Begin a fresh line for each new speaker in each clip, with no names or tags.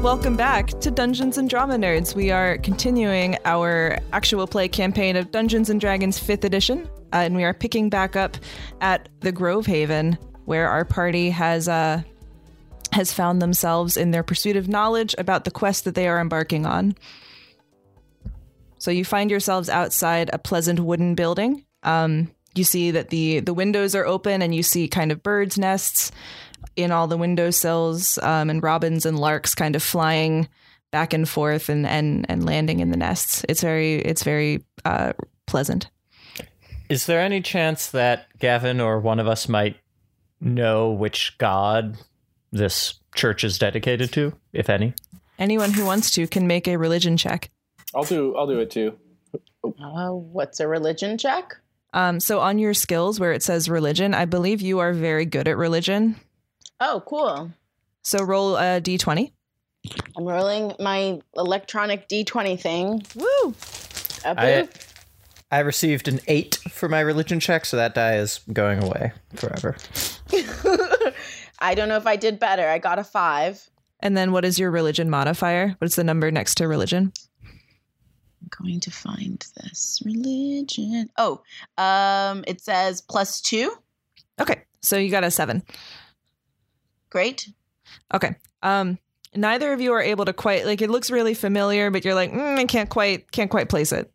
welcome back to Dungeons and Drama Nerds. We are continuing our actual play campaign of Dungeons and Dragons 5th edition, uh, and we are picking back up at the Grove Haven, where our party has uh, has found themselves in their pursuit of knowledge about the quest that they are embarking on. So you find yourselves outside a pleasant wooden building. Um, you see that the the windows are open, and you see kind of birds' nests in all the windowsills, um, and robins and larks kind of flying back and forth and and and landing in the nests. It's very it's very uh, pleasant.
Is there any chance that Gavin or one of us might know which god this church is dedicated to, if any?
Anyone who wants to can make a religion check.
I'll do. I'll do it too.
Uh, what's a religion check?
Um, so on your skills where it says religion, I believe you are very good at religion.
Oh, cool.
So roll a d20.
I'm rolling my electronic D20 thing.
Woo!
A
I-
boop.
I received an eight for my religion check, so that die is going away forever.
I-, don't know if I did better. I got a five.
And then what is your religion modifier? What's the number next to religion?
I'm going to find this religion. Oh, um, it says plus two.
Okay, so you got a seven.
Great.
Okay. Um, neither of you are able to quite like it looks really familiar, but you're like, mm, I can't quite can't quite place it.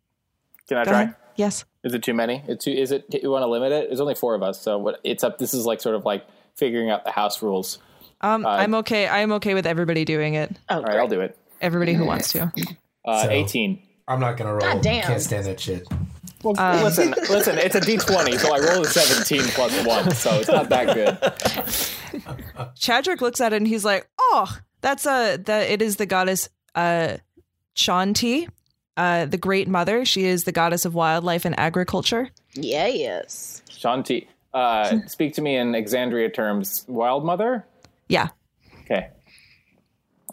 Can I
Go
try?
ahead. Yes.
Is it too many? It's too, is it? You want to limit it? There's only four of us, so what, it's up. This is like sort of like figuring out the house rules.
Um,
Uh,
I'm okay. I'm okay with everybody doing it.
Oh,
All right, I'll do it.
Everybody who wants to.
Uh,
So-
Eighteen.
I'm not gonna roll.
God damn.
Can't stand that shit.
Well, listen, listen. It's a D twenty, so I roll a seventeen plus one, so it's not that good.
Chadrick looks at it and he's like, "Oh, that's a that it is the goddess uh Shanti, uh the great mother. She is the goddess of wildlife and agriculture."
Yeah, yes.
Shanti, uh, speak to me in Exandria terms. Wild mother.
Yeah.
Okay.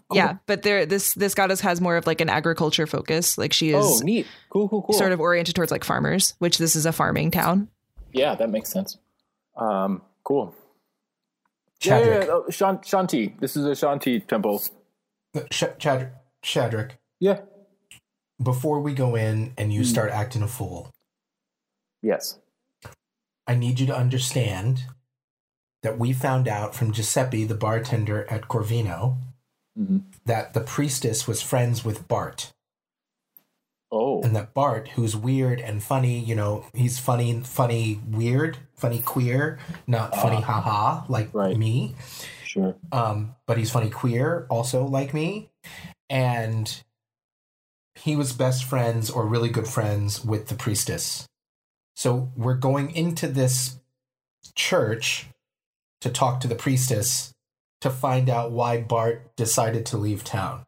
Oh.
Yeah, but there this this goddess has more of like an agriculture focus. Like she is
Oh, neat. Cool, cool, cool.
sort of oriented towards like farmers, which this is a farming town.
Yeah, that makes sense. Um, cool. Yeah, yeah,
Chadrick.
yeah. Oh, Shan- Shanti. This is a Shanti temple.
Uh, Sh- Chadrick. Chadrick.
Yeah.
Before we go in and you start acting a fool,
Yes.
I need you to understand that we found out from Giuseppe, the bartender at Corvino,
Mhm.
that the priestess was friends with Bart.
Oh.
and that Bart, who's weird and funny, you know, he's funny, funny, weird, funny, queer, not funny, haha, like
Right.
me.
Sure.
Um, but he's funny, queer, also like me, and he was best friends or really good friends with the priestess. So we're going into this church to talk to the priestess to find out why Bart decided to leave town.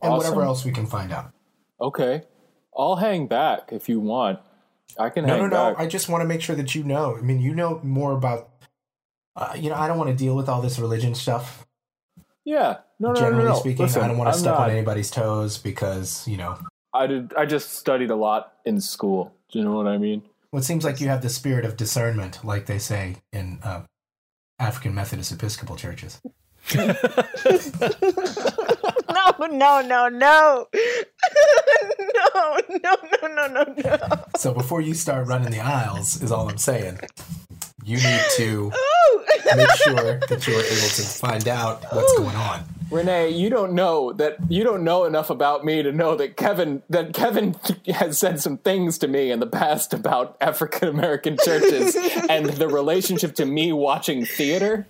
And whatever
Awesome.
else we can find out.
Okay. I'll hang back if you want. I can
No,
hang
no, no.
back.
I just want to make sure that you know. I mean, you know more about. Uh, you know, I don't want to deal with all this religion stuff.
yeah. No, no, no,
generally
no, no.
speaking,
Listen,
I don't want
I'm
to step
not-
on anybody's toes because you know.
I did. I just studied a lot in school. Do you know what I mean?
Well, it seems like you have the spirit of discernment, like they say in uh, African Methodist Episcopal churches.
No, no, no, no. no, no, no, no, no, no.
So before you start running the aisles, is all I'm saying. You need to
Ooh.
make sure that you are able to find out what's going on.
Renee, you don't know that you don't know enough about me to know that Kevin that Kevin has said some things to me in the past about African American churches and the relationship to me watching theater.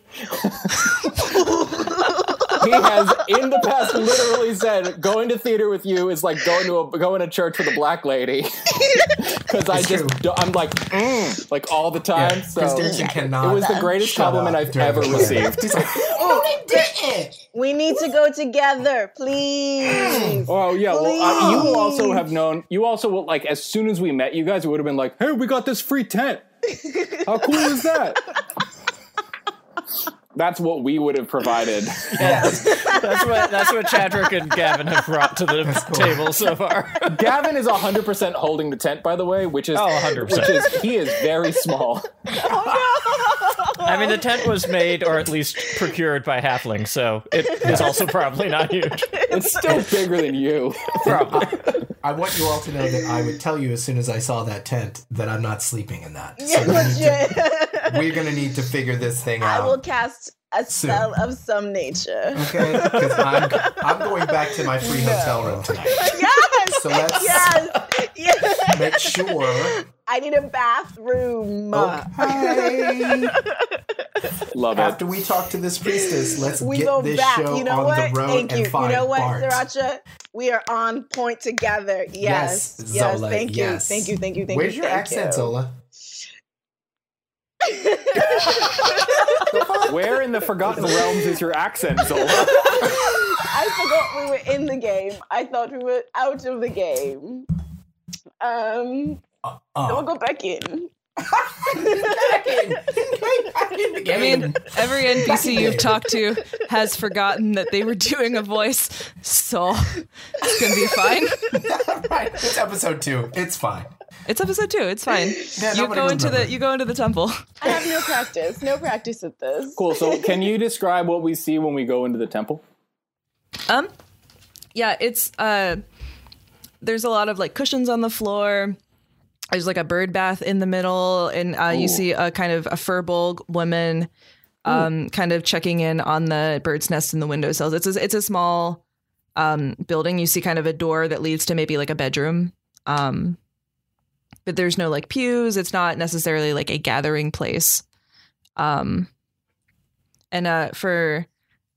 he has in the past literally said going to theater with you is like going to a going to church with a black lady because I
It's
just
true.
do- I'm like mm, like all the time.
Yeah,
so
Chris Dickinson cannot.
it was the greatest
shut
compliment
up
I've
during
ever
the show.
received.
He's like,
we need to go together, please.
Oh yeah, well, uh, you will also
Please.
have known. You also will like as soon as we met you guys, it would have been like, "Hey, we got this free tent. How cool is that?" That's what we would have provided.
That's what that's what Chadrick and Gavin have brought to the table so far.
Gavin is hundred percent holding the Oh, tent, by the way, which is
Oh, 100%.
Oh,
which is he is very small.
I mean, the tent was made or at least procured by Halfling, so it is also probably not huge.
It's still bigger than you.
Probably.
I want you all to know that I would tell you as soon as I saw that tent that I'm not sleeping in that.
Yeah,
we need to-
legit.
we're gonna need to figure this thing
I will
out.
cast a
Soon.
spell of some nature.
Okay, because I'm I'm going back to my free
No.
hotel room tonight.
Yes.
So let's
Yes. Yes.
make sure.
I need a bathroom.
Okay.
Love it.
After we talk to this priestess, let's
we
get
go
this
back.
show
You know
on
what?
the road
thank
and
you.
find
you know what,
Bart.
Sriracha? We are on point together. Yes.
Yes,
Yes.
Zola,
thank
yes.
you. Thank you. Thank you. Thank
Where's
you.
your
thank
accent,
you.
Zola?
Where in the Forgotten Realms is your accent, Zola?
I forgot we were in the game. I thought we were out of the game. Um, we'll
Oh.
go back in.
I mean, every NPC you've talked to has forgotten that they were doing a voice, so it's gonna be fine.
right, it's episode two. It's fine.
It's episode two. It's fine.
Yeah,
you
nobody
go into the
remembered.
you go into the temple.
I have no practice. No practice at this.
Cool. So, can you describe what we see when we go into the temple?
Um, yeah, it's uh, there's a lot of like cushions on the floor. There's like a bird bath in the middle, and uh, you see a kind of a furbolg woman, um, kind of checking in on the bird's nest in the window sills. It's a, it's a small um building. You see kind of a door that leads to maybe like a bedroom. Um, but there's no like pews. It's not necessarily like a gathering place. Um, and uh, for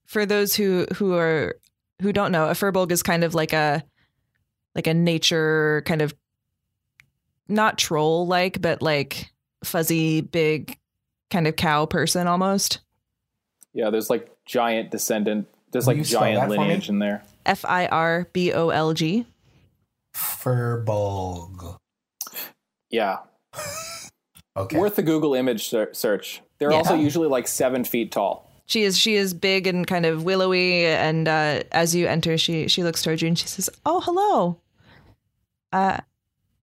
for those who who are who don't know, a furbolg is kind of like a like a nature kind of not troll like, but like fuzzy, big kind of cow person almost.
Yeah, there's like giant descendant. There's like
Will you spell that
giant
for me?
lineage in there.
F I R B O L G.
Furbolg.
Yeah,
Okay.
worth the Google image ser- search. They're
Yeah.
also usually like seven feet tall.
She is she is big and kind of willowy, and uh, as you enter, she she looks towards you and she says, "Oh, hello. Uh,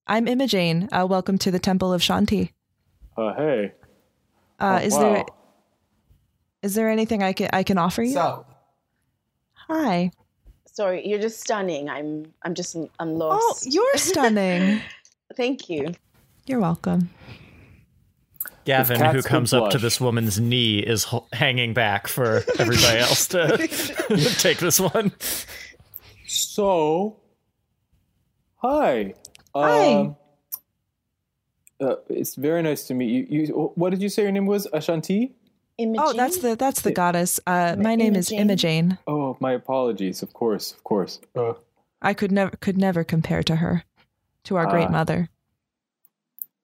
I'm Imogene. Uh, welcome to the Temple of Shanti.
Uh, hey,
Uh,
Oh,
is
wow.
there is there anything I can I can offer you?
so
Hi.
Sorry, you're just stunning. I'm. I'm just. I'm
Oh,
lost.
you're stunning.
Thank you.
you're welcome.
Gavin,
cats
who
would
comes up to
blush.
this woman's knee, is h- hanging back for everybody else to take this one.
So, hi.
Hi.
Um, uh, it's very nice to meet you. you. What did you say your name was? Ashanti?
Imogene?
Oh, that's the that's the goddess. Uh, my name is
Imogene.
Imogene.
Oh, my apologies. Of course, of course.
I could never could never compare to her, to our great
Ah.
mother.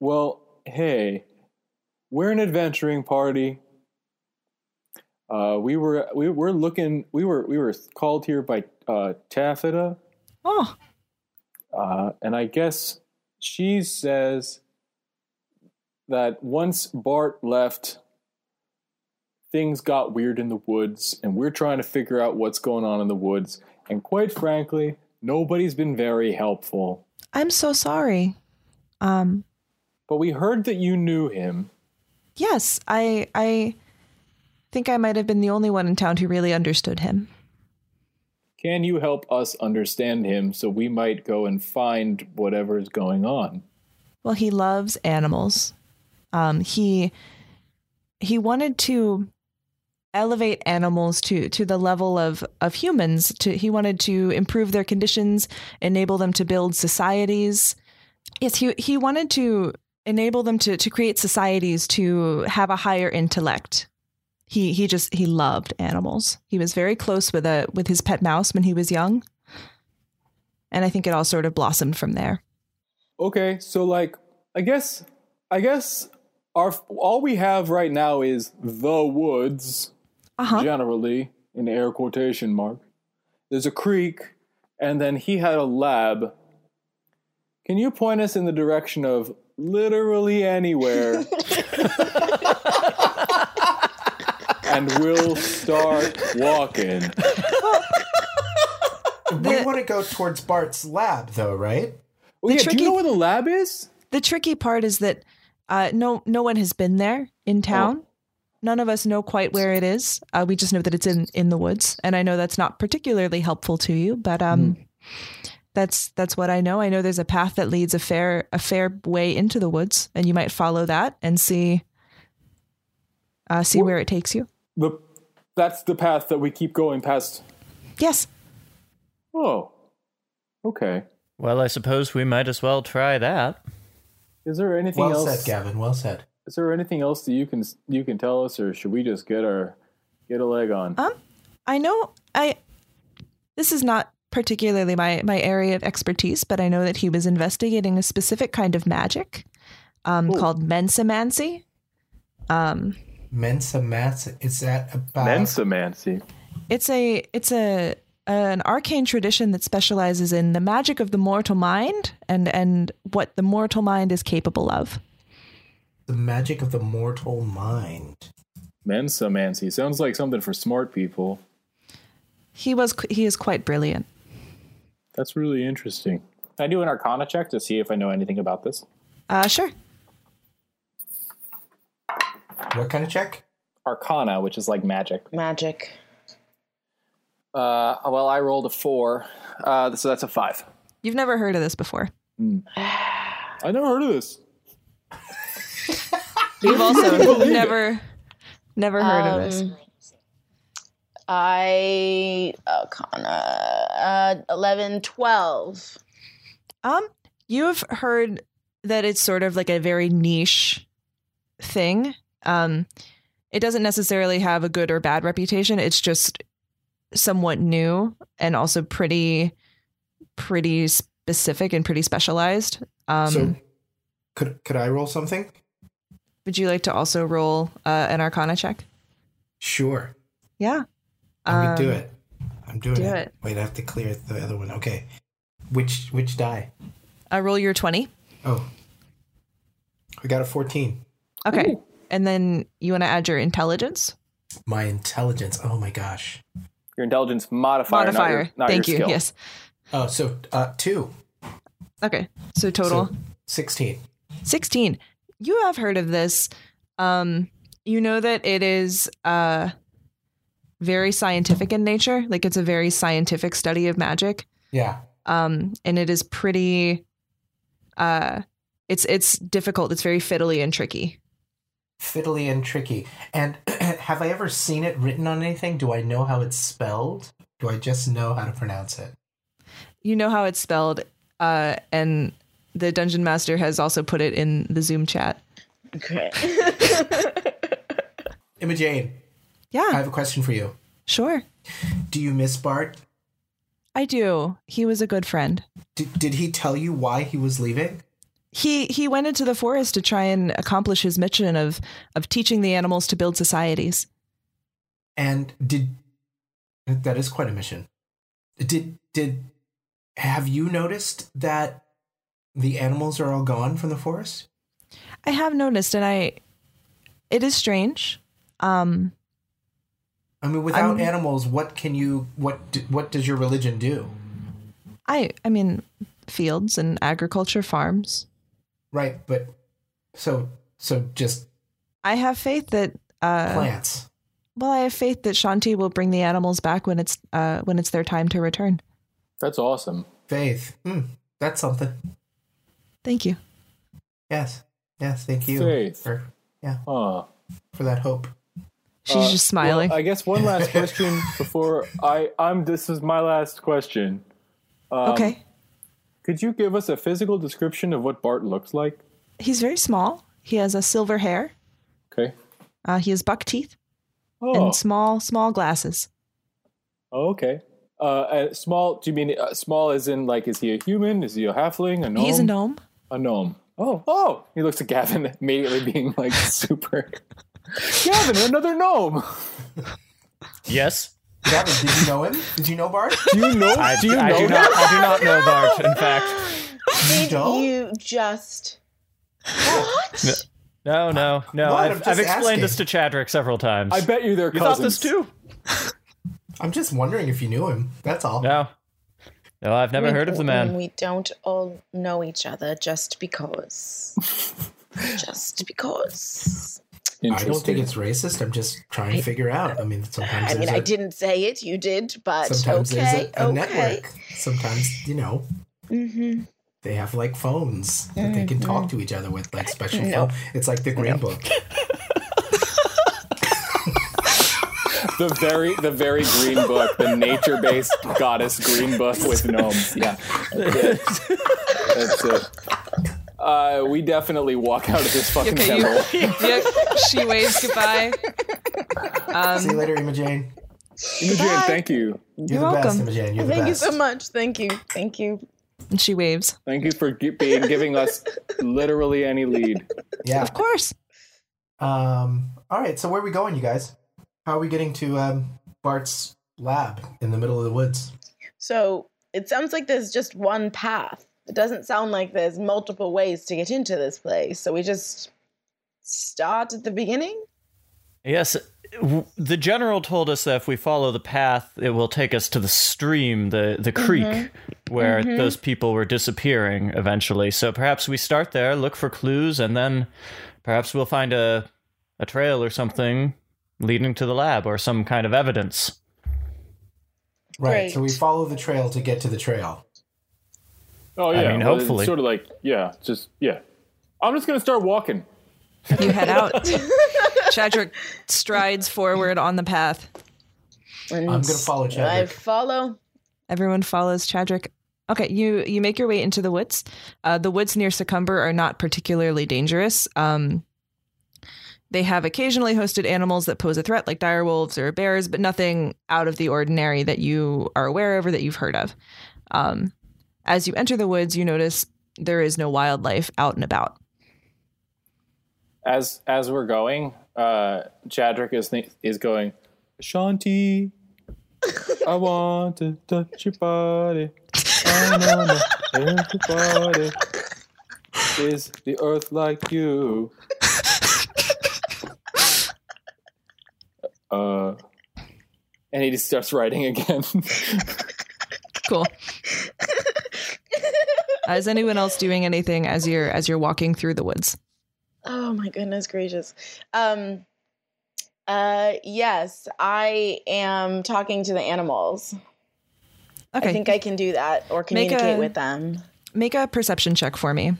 Well, hey, we're an adventuring party. Uh, we were we were looking we were we were called here by uh, Taffeta,
Oh,
uh, and I guess she says that once Bart left, things got weird in the woods, and we're trying to figure out what's going on in the woods. And quite frankly, nobody's been very helpful.
I'm so sorry. Um,
But we heard that you knew him.
yes, I I think I might have been the only one in town who really understood him.
Can you help us understand him so we might go and find whatever's going on?
Well, he loves animals. Um, he he wanted to elevate animals to to the level of of humans. To he wanted to improve their conditions, enable them to build societies. Yes, he he wanted to enable them to to create societies to have a higher intellect. He he just he loved animals. He was very close with a with his pet mouse when he was young. And I think it all sort of blossomed from there.
Okay, so like I guess I guess our all we have right now is the woods
Uh-huh.
generally in air quotation mark. There's a creek and then he had a lab. Can you point us in the direction of literally anywhere? and we'll start walking.
we want to go towards Bart's lab, though, right?
Oh, yeah, do
tricky-
you know where the lab is?
the tricky part is that uh, no no one has been there in town. None of us know quite where it is. Uh, we just know that it's in in the woods, and I know that's not particularly helpful to you, but um, that's that's what I know. I know there's a path that leads a fair a fair way into the woods, and you might follow that and see uh, see where it takes you.
The, that's the path that we keep going past.
Yes.
Oh, okay.
Well, I suppose we might as well try that.
Is there anything
Well
else?
said, Gavin. Well said.
Is there anything else that you can you can tell us, or should we just get our get a leg on?
I know I this is not particularly my my area of expertise, but I know that he was investigating a specific kind of magic um, called mensomancy. Um,
Mensa Mats. Is that about
Mensomancy.
it's a it's a an arcane tradition that specializes in the magic of the mortal mind and and what the mortal mind is capable of.
the magic of the mortal mind?
Mensomancy sounds like something for smart people.
He was qu- he is quite brilliant.
That's really interesting. Can I do an Arcana check to see if I know anything about this?
Uh, sure.
What kind of check?
Arcana, which is like magic.
Magic.
Uh, well, I rolled a four, uh, so that's a five.
You've never heard of this before.
I never heard of this.
You've also never never heard of this.
Um, I Arcana uh, 11, 12.
Um, you've heard that it's sort of like a very niche thing. Um, it doesn't necessarily have a good or bad reputation. It's just somewhat new and also pretty, pretty specific and pretty specialized. Um,
so could could I roll something?
would you like to also roll uh, an Arcana check?
Sure.
Yeah.
I can
Um,
do it. I'm doing
do
it.
it.
Wait, I have to clear the other one. Okay. Which which die?
Uh, roll your twenty.
Oh. I got a 14.
Okay, and then you want to add your intelligence
My intelligence. Oh my gosh.
Your intelligence modifier.
modifier.
Not your, not
Thank
your
you.
Skill.
Yes.
Oh, so uh 2.
Okay. So total.
So 16.
16 you have heard of this um you know that it is uh very scientific in nature like it's a very scientific study of magic
Yeah.
um and it is pretty uh it's it's difficult it's very fiddly and tricky
Fiddly and tricky. And have I ever seen it written on anything? Do I know how it's spelled? Do I just know how to pronounce it?
you know how it's spelled uh and the dungeon master has also put it in the zoom chat
Okay.
Imogene,
yeah
I have a question for you.
sure
Do you miss Bart?
i do he was a good friend
Did, did he tell you why he was leaving?
he he went into the forest to try and accomplish his mission of of teaching the animals to build societies.
And did that is quite a mission. Did did have you noticed that the animals are all gone from the forest?
I have noticed, and I it is strange. Um,
I mean, without
I'm-
animals, what can you what d- what does your religion do?
I I mean, fields and agriculture, farms.
Right, but so so just
I have faith that. Uh,
plants.
well, I have faith that Shanti will bring the animals back when it's uh, when it's their time to return.
That's awesome.
Faith. Mm, that's something.
Thank you.
Yes. Yes, thank you
Faith.
for
Huh.
for that hope.
She's
Uh,
just smiling.
Well, I guess one last question before I I'm this is my last question. Um,
okay,
Could you give us a physical description of what Bart looks like?
he's very small. He has a silver hair.
Okay.
Uh, he has buck teeth
Oh.
and small small glasses.
oh okay. Uh, uh, small? Do you mean uh, small? As in, like, is he a human? Is he a halfling? A gnome?
He's a gnome.
A gnome. Oh, oh! He looks at Gavin, immediately being like super. Gavin, another gnome.
Yes.
Gavin, did you know him? Did you know Bart?
Do you know?
I
do you
I
know?
do
that?
not I do not know Bart, in fact.
Did
don't?
you just. What?
No, no, no.
What? I'm
I've,
just
I've explained
asking.
this to Chadrick several times.
I bet you they're
you
cousins.
thought this too.
I'm just wondering if you knew him. That's all.
No. No, I've never
We-
heard of the man.
We don't all know each other just because. just because.
I don't
Interesting.
think it's racist. I'm just trying to
I-
figure out. I mean, sometimes
I mean,
there's
I
a-
didn't say it. You did, but
sometimes
okay,
there's a, a
okay.
network. Sometimes you know
hmm
they have like phones that they can talk to each other with, like special
Mm-hmm. No.
phone. It's like the Green Book.
the very the very green book, the nature based goddess green book with gnomes. Yeah, that's it. That's it. Uh, we definitely walk out of this fucking
Okay, you,
temple.
yep, she waves goodbye. Um,
See you later, Imogene.
Adrian, thank you.
You're
You're, the best,
welcome.
Imogene. You're the
Thank you
best.
so much. Thank you. Thank you.
And she waves. Of
Thank you for gi- being giving us literally any lead.
Yeah.
course.
Um. All right. So where are we going, you guys? How are we getting to um, Bart's lab in the middle of the woods?
So it sounds like there's just one path. It doesn't sound like there's multiple ways to get into this place. So we just start at the beginning.
Yes, w- the general told us that if we follow the path, it will take us to the stream, the the creek, where those people were disappearing eventually. So perhaps we start there, look for clues, and then perhaps we'll find a a trail or something leading to the lab or some kind of evidence.
Right. So we
Great.
follow the trail to get to the trail.
Oh
I
yeah,
mean,
it's
hopefully.
sort of like yeah, just yeah. I'm just gonna start walking.
You head out. Chadrick strides forward on the path.
And
I'm gonna follow
I
Chadwick.
follow.
Everyone follows Chadrick. Okay, you you make your way into the woods. Uh, the woods near Succumber are not particularly dangerous. Um, they have occasionally hosted animals that pose a threat, like dire wolves or bears, but nothing out of the ordinary that you are aware of or that you've heard of. Um, as you enter the woods, you notice there is no wildlife out and about.
As as we're going, uh, Chadrick is th- is going. Shanti, I want to touch your body. I wanna touch your body. Is the earth like you? Uh, and he just starts writing again.
Cool. is anyone else doing anything as you're as you're walking through the woods?
Oh my goodness gracious. Um uh yes, I am talking to the animals.
Okay.
I think I can do that or
Make
communicate
a-
with them.
Make a perception check for me.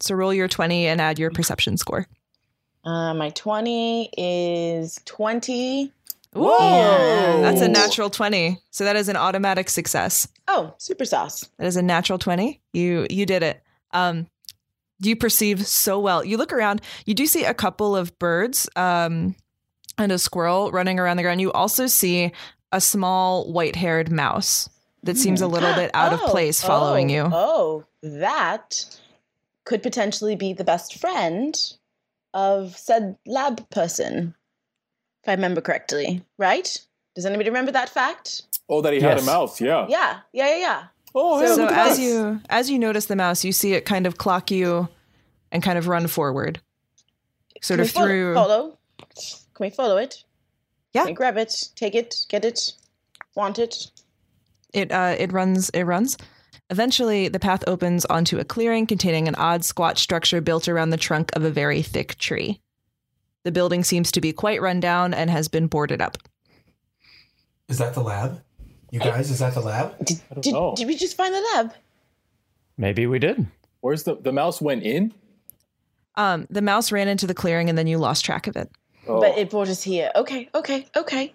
So roll your 20 and add your perception score.
Uh, my 20 is 20.
Whoa!
That's a natural 20. So that is an automatic success.
Oh, super sauce.
That is a natural 20. You you did it. Um you perceive so well. You look around, you do see a couple of birds um and a squirrel running around the ground. You also see a small white-haired mouse that seems a
Mm-hmm.
little bit out of
Oh,
place following
oh,
you.
Oh, that could potentially be the best friend of said lab person, if I remember correctly, right? Does anybody remember that fact?
oh, that he had
Yes.
a mouse. Yeah.
Yeah, yeah, yeah, yeah.
Oh, yeah.
So
so
look at
as
that.
you as you notice the mouse, you see it kind of clock you and kind of run forward. Sort
Can
of
we follow,
through
Follow. Can we follow it?
Yeah.
Can we grab it, take it, get it, want it.
it uh, it runs it runs. Eventually the path opens onto a clearing containing an odd squat structure built around the trunk of a very thick tree. The building seems to be quite run down and has been boarded up.
Is that the lab? You guys, is that the lab?
Did,
don't
did,
know.
did we just find the lab?
Maybe we did.
Where's the the mouse went in?
Um, the mouse ran into the clearing and then you lost track of it.
Oh.
But it brought us here. Okay, okay, okay.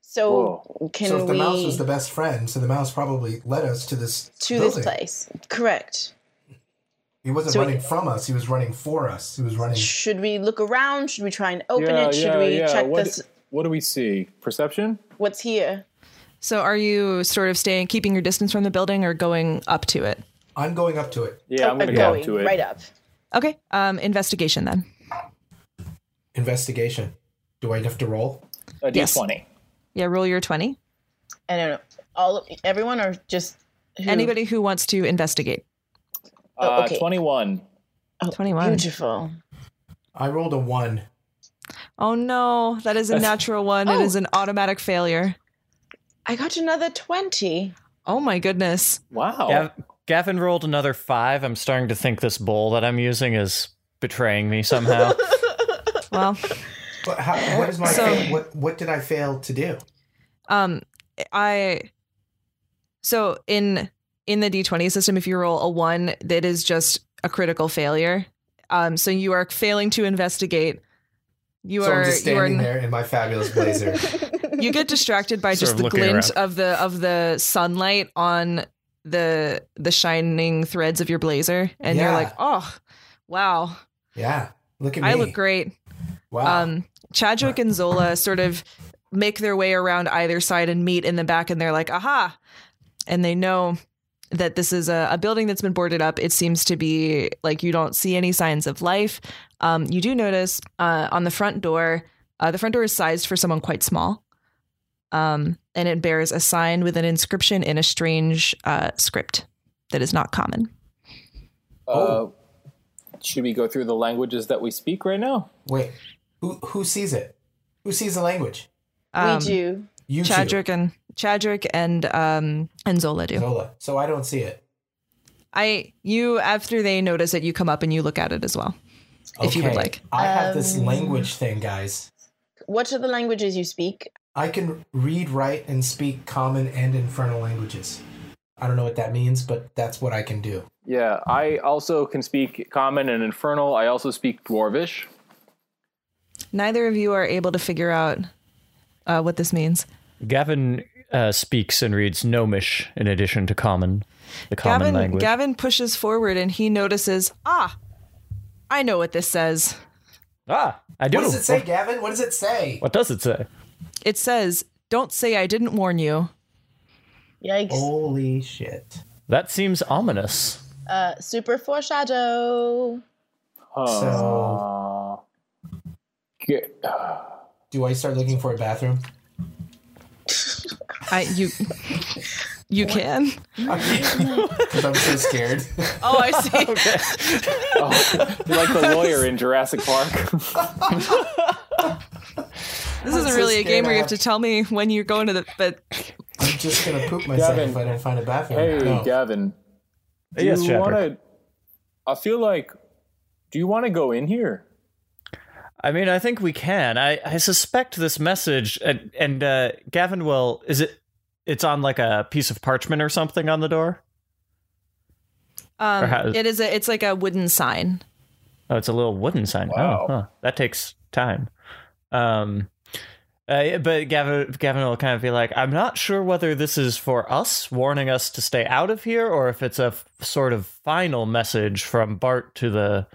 So can
so if the
we
mouse was the best friend, so the mouse probably led us to this
to
building.
this place? Correct.
He wasn't
So-
running from us. He was running for us. He was running.
Should we look around? Should we try and open
Yeah,
it? Should
yeah,
we
yeah.
check
What-
this?
What do we see? Perception?
What's here?
So are you sort of staying keeping your distance from the building or going up to it?
I'm going up to it.
Yeah,
Oh,
I'm gonna
uh,
go
going
to it.
right up.
Okay. Um, investigation then.
Investigation. Do I have to roll?
A
Yes.
D20.
Yeah, roll your 20.
I don't know. All of, everyone or just who?
Anybody who wants to investigate.
Oh,
Uh,
okay.
21.
Oh,
21.
Beautiful.
I rolled a one.
Oh no, that is a natural one. It is
Oh.
an automatic failure.
I got another twenty.
Oh my goodness.
Wow.
Gav- Gavin rolled another five. I'm starting to think this bowl that I'm using is betraying me somehow.
Well,
But how, what is my
So-
fail- what? What did I fail to do?
Um, I so in in the d20 system, if you roll a one, that is just a critical failure. Um, so you are failing to investigate. You
so
are
I'm just
you are
standing there in my fabulous blazer.
you get distracted by
Sort
just
of
the
looking
glint
around.
of the of the sunlight on the the shining threads of your blazer, and you're
Yeah.
like, oh, wow,
yeah, look at me.
I look great.
Wow.
Um, Chadwick and Zola sort of make their way around either side and meet in the back, and they're like, aha. And they know that this is a, a building that's been boarded up. It seems to be like you don't see any signs of life. Um, you do notice uh, on the front door, uh, the front door is sized for someone quite small. Um, and it bears a sign with an inscription in a strange uh, script that is not common.
Oh.
Uh, should we go through the languages that we speak right now?
Wait, who who sees it? Who sees the language?
Um,
we do.
You two.
Chadrick and Chadrick and um, and Zola do.
Zola. So I don't see it.
I you after they notice it, you come up and you look at it as well, if you would
Okay,
like.
I have this
Um,
language thing, guys.
What are the languages you speak?
I can read, write, and speak common and infernal languages. I don't know what that means, but that's what I can do.
Yeah, I also can speak common and infernal. I also speak dwarvish.
Neither of you are able to figure out uh, what this means.
Gavin uh, speaks and reads Gnomish in addition to Common, the Common
Gavin
language.
Gavin pushes forward and he notices, ah, I know what this says.
ah, I do.
What does it say, Gavin? What does it say?
What does it say?
It says, "Don't say I didn't warn you."
Yikes.
Oh.
Holy shit.
That seems ominous.
Uh, super foreshadow.
Uh,
So- Do I start looking for a bathroom?
I you you can.
Because I'm so scared.
Oh, I see.
oh. like the lawyer in Jurassic
Oh.
Park.
This isn't
so
really a game
scared
where you
I
have to tell me when you're going to the. But
I'm just gonna poop myself
Gavin.
if I don't find a bathroom.
hey,
No.
Gavin. Do
yes,
you
Chadwick.
want to? I feel like. Do you want to go in here?
I mean, I think we can. I, I suspect this message, and, and uh, Gavin will. Is it? It's on like a piece of parchment or something on the door. Or how-
um, it is a. It's like a wooden sign.
Oh, it's a little wooden sign.
Wow.
Oh, huh. that takes time. Um, uh, but Gavin, Gavin will kind of be like, "I'm not sure whether this is for us, warning us to stay out of here, or if it's a f- sort of final message from Bart to the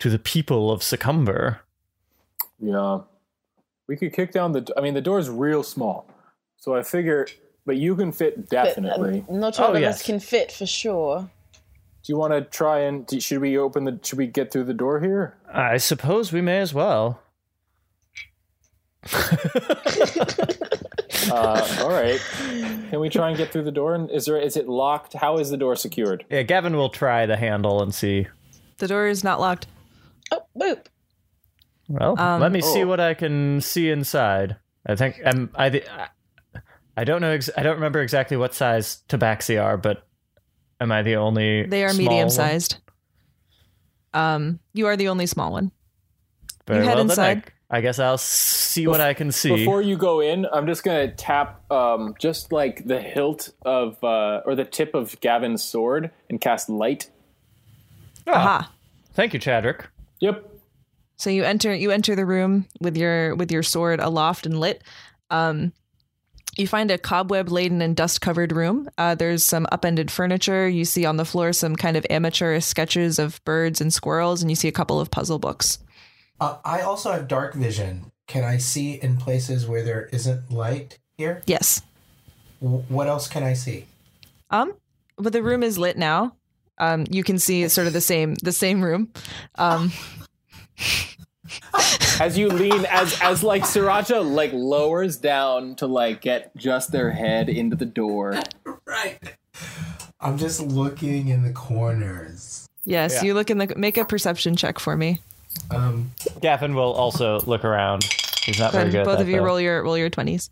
to the people of Succumber."
Yeah. We could kick down the. I mean, the door's real small, so I figure. But you can fit
But, um,
definitely.
not
Oh,
all of
yes.
us can fit for sure.
do you want to try and? Do, should we open the? Should we get through the door here?
I suppose we may as well.
Uh, all right. Can we try and get through the door? And is there? Is it locked? How is the door secured?
Yeah, Gavin will try the handle and see.
The door is not locked.
Oh, boop.
Well,
Um,
let me see
Oh.
what I can see inside. I think um, I, thi- I I don't know. Ex- I don't remember exactly what size Tabaxi are, but am I the only?
They are
small one?
medium sized. Um, you are the only small one.
Very
You head
well, then I-
inside.
I, guess I'll see what I can see.
Before you go in, I'm just gonna tap um, just like the hilt of uh, or the tip of Gavin's sword and cast light.
Ah,
Aha.
Thank you, Chadrick.
Yep.
So you enter you enter the room with your with your sword aloft and lit. Um, you find a cobweb laden and dust covered room. Uh, there's some upended furniture. You see on the floor some kind of amateur sketches of birds and squirrels, and you see a couple of puzzle books.
Uh, I also have dark vision. Can I see in places where there isn't light here?
Yes.
W- what else can I see?
Um, but the room is lit now. Um, you can see it's sort of the same the same room. Um,
As you lean, as as like Sriracha like lowers down to like get just their head into the door.
Right. I'm just looking in the corners.
yes.
Yeah.
You look in the make a perception check for me.
Um,
Gavin will also look around. He's not
Go
very
ahead.
good.
Both
at
of you
that. uh,
roll your roll your twenties.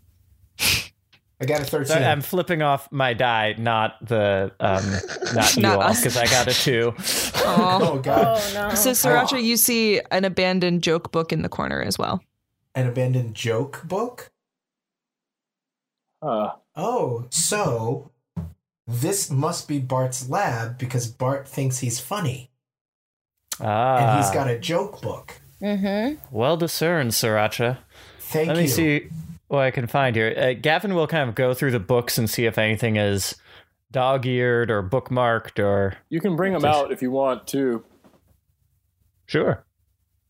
I got a 13.
Sorry, I'm flipping off my die, not the um, not you
Not
all,
us.
because I got a two.
Aw.
oh, God.
Oh no.
So, Sriracha, you see an abandoned joke book in the corner as well.
an abandoned joke book.
Uh,
Oh, so this must be Bart's lab because Bart thinks he's funny
Ah,
and he's got a joke book.
Mm-hmm.
well discerned, Sriracha.
Thank
Let
you.
me see what I can find here. Uh, Gavin will kind of go through the books and see if anything is dog-eared or bookmarked or
you can bring them out if you want to.
sure.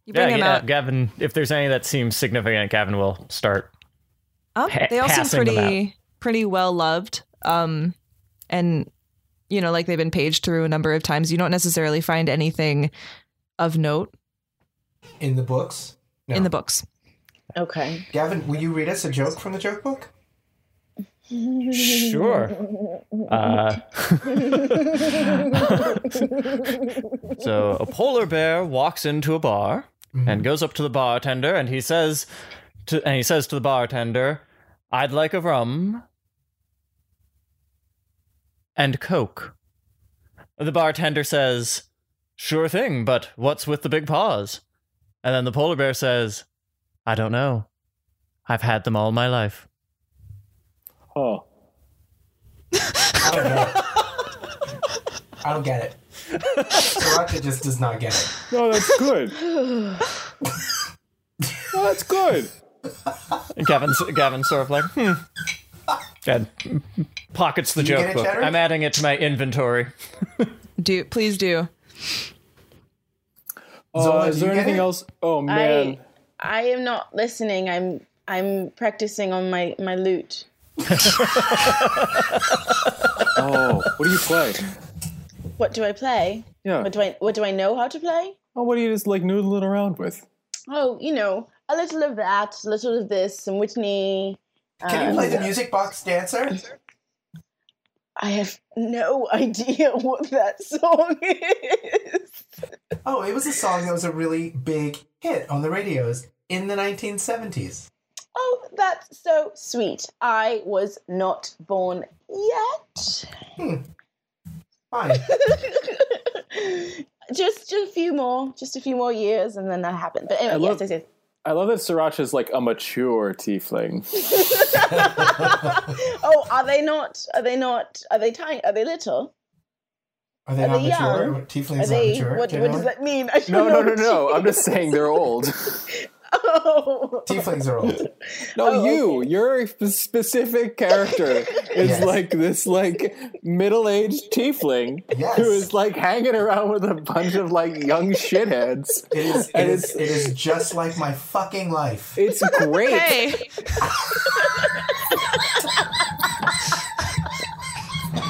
You
Yeah,
bring him
yeah.
out.
Gavin, if there's any that seems significant, Gavin will start.
Um,
Pa-
they all seem
passing them
pretty pretty well loved. Um, and you know, like they've been paged through a number of times. You don't necessarily find anything of note
in the books. No.
in the books.
Okay.
Gavin, will you read us a joke from the joke book?
Sure. Uh, so a polar bear walks into a bar and goes up to the bartender and he says to and he says to the bartender, "I'd like a rum and coke." The bartender says, "Sure thing, but what's with the big paws?" And then the polar bear says, "I don't know. I've had them all my life."
Huh.
I don't know. I don't get it. Sriracha just does not get it.
No, that's good. no, that's good.
Gavin, Gavin sort of like, hmm. And pockets the
you
joke
get it,
book.
Cheddar?
I'm adding it to my inventory.
Do please do.
Zola,
Uh,
do
is
you
there
get
anything
it?
else? Oh man.
I I am not listening. I'm I'm practicing on my my lute.
Oh, what do you play?
What do I play?
Yeah.
What do I what do I know how to play?
Oh, what are you just like noodling around with?
Oh, you know, a little of that, a little of this, and Whitney.
Can you
um,
play
Uh,
the music box dancer?
I have no idea what that song is.
Oh, it was a song that was a really big hit on the radios in the 1970s.
Oh, that's so sweet. I was not born yet.
Fine.
just, just a few more, just a few more years, and then that happened. But anyway,
I
yes,
love-
yes, yes.
I love that Sriracha's like a mature tiefling.
Oh, are they not? Are they not? Are they tiny? Are they little?
Are they
Are
not
they
mature?
young?
Tieflings
Are
not
they?
mature.
What, what
generally?
does that mean? I don't
No,
know
no, no,
what
no.
you-
I'm just saying they're old.
Oh.
Tieflings are old.
No,
Oh,
you,
okay.
your sp- specific character is
Yes.
like this like middle-aged tiefling
Yes.
who is like hanging around with a bunch of like young shitheads.
It is, it,
And
is, it is just like my fucking life.
It's great.
Hey,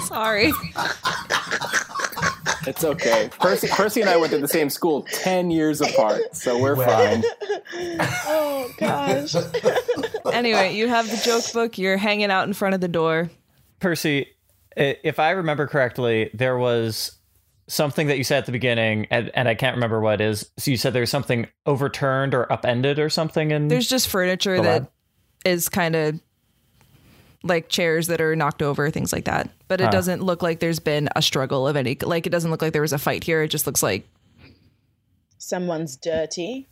sorry.
It's okay. Percy, Percy and I went to the same school 10 years apart, so we're
Well.
fine.
oh gosh.
Anyway, you have the joke book. You're hanging out in front of the door.
Percy, i- if I remember correctly, there was something that you said at the beginning, and, and I can't remember what it is. So you said there was something overturned or upended or something. And
There's just furniture
The
that
lab?
is kind of like chairs that are knocked over, things like that. But it
Uh.
doesn't look like there's been a struggle of any. Like it doesn't look like there was a fight here. It just looks like
Someone's dirty.